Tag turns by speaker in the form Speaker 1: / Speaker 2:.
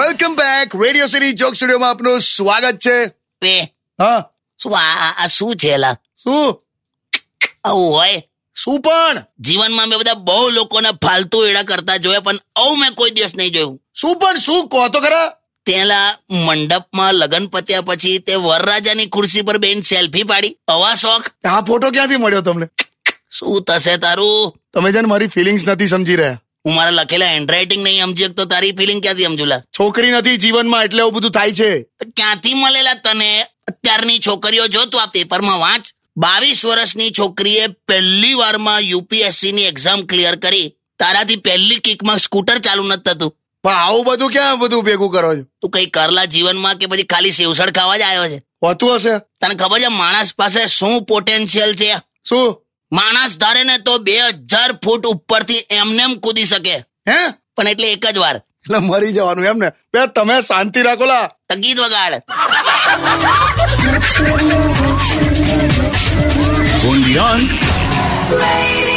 Speaker 1: Back radio city joke સ્ટુડિયોમાં આપનું સ્વાગત છે
Speaker 2: એ
Speaker 1: હા
Speaker 2: શું આ- આ આ શું છે લા
Speaker 1: શું
Speaker 2: આવું હોય
Speaker 1: શું પણ
Speaker 2: જીવનમાં મેં બધા બહુ લોકોને ફાલતુ એડા કરતા જોયા પણ આવું મેં કોઈ દિવસ નહીં જોયું
Speaker 1: શું પણ શું કહો તો ખરા
Speaker 2: તેલા મંડપમાં લગ્ન પત્યા પછી તે વરરાજાની ખુરશી પર બેન સેલ્ફી પાડી આવા શોખ
Speaker 1: આ ફોટો ક્યાંથી મળ્યો તમને
Speaker 2: શું થશે તારું
Speaker 1: તમે છે ને મારી ફિલિંગ્સ નથી સમજી રહ્યા
Speaker 2: હું મારા લખેલા હેન્ડરાઇટિંગ નહીં સમજી શકતો તારી ફિલિંગ ક્યાંથી સમજુલા
Speaker 1: છોકરી નથી જીવનમાં એટલે આવું બધું થાય છે
Speaker 2: ક્યાંથી મળેલા તને અત્યારની છોકરીઓ જો તું આ પેપરમાં વાંચ બાવીસ વર્ષની છોકરીએ પહેલી વારમાં યુપીએસસી ની એક્ઝામ ક્લિયર કરી તારાથી પહેલી કિકમાં સ્કૂટર ચાલુ નથી થતું
Speaker 1: પણ આવું બધું ક્યાં બધું ભેગું કરો છો
Speaker 2: તું કઈ કરલા જીવનમાં કે પછી ખાલી સેવસળ ખાવા જ આવ્યો છે
Speaker 1: હોતું હશે
Speaker 2: તને ખબર છે માણસ પાસે શું પોટેન્શિયલ છે
Speaker 1: શું
Speaker 2: માણસ ધારે ને તો બે હજાર ફૂટ ઉપરથી એમનેમ કૂદી શકે
Speaker 1: હે
Speaker 2: પણ એટલે એક જ વાર
Speaker 1: એટલે મરી જવાનું એમ ને બે તમે શાંતિ રાખો લા
Speaker 2: તો ગીત વગાડ
Speaker 3: Undian.
Speaker 4: Radio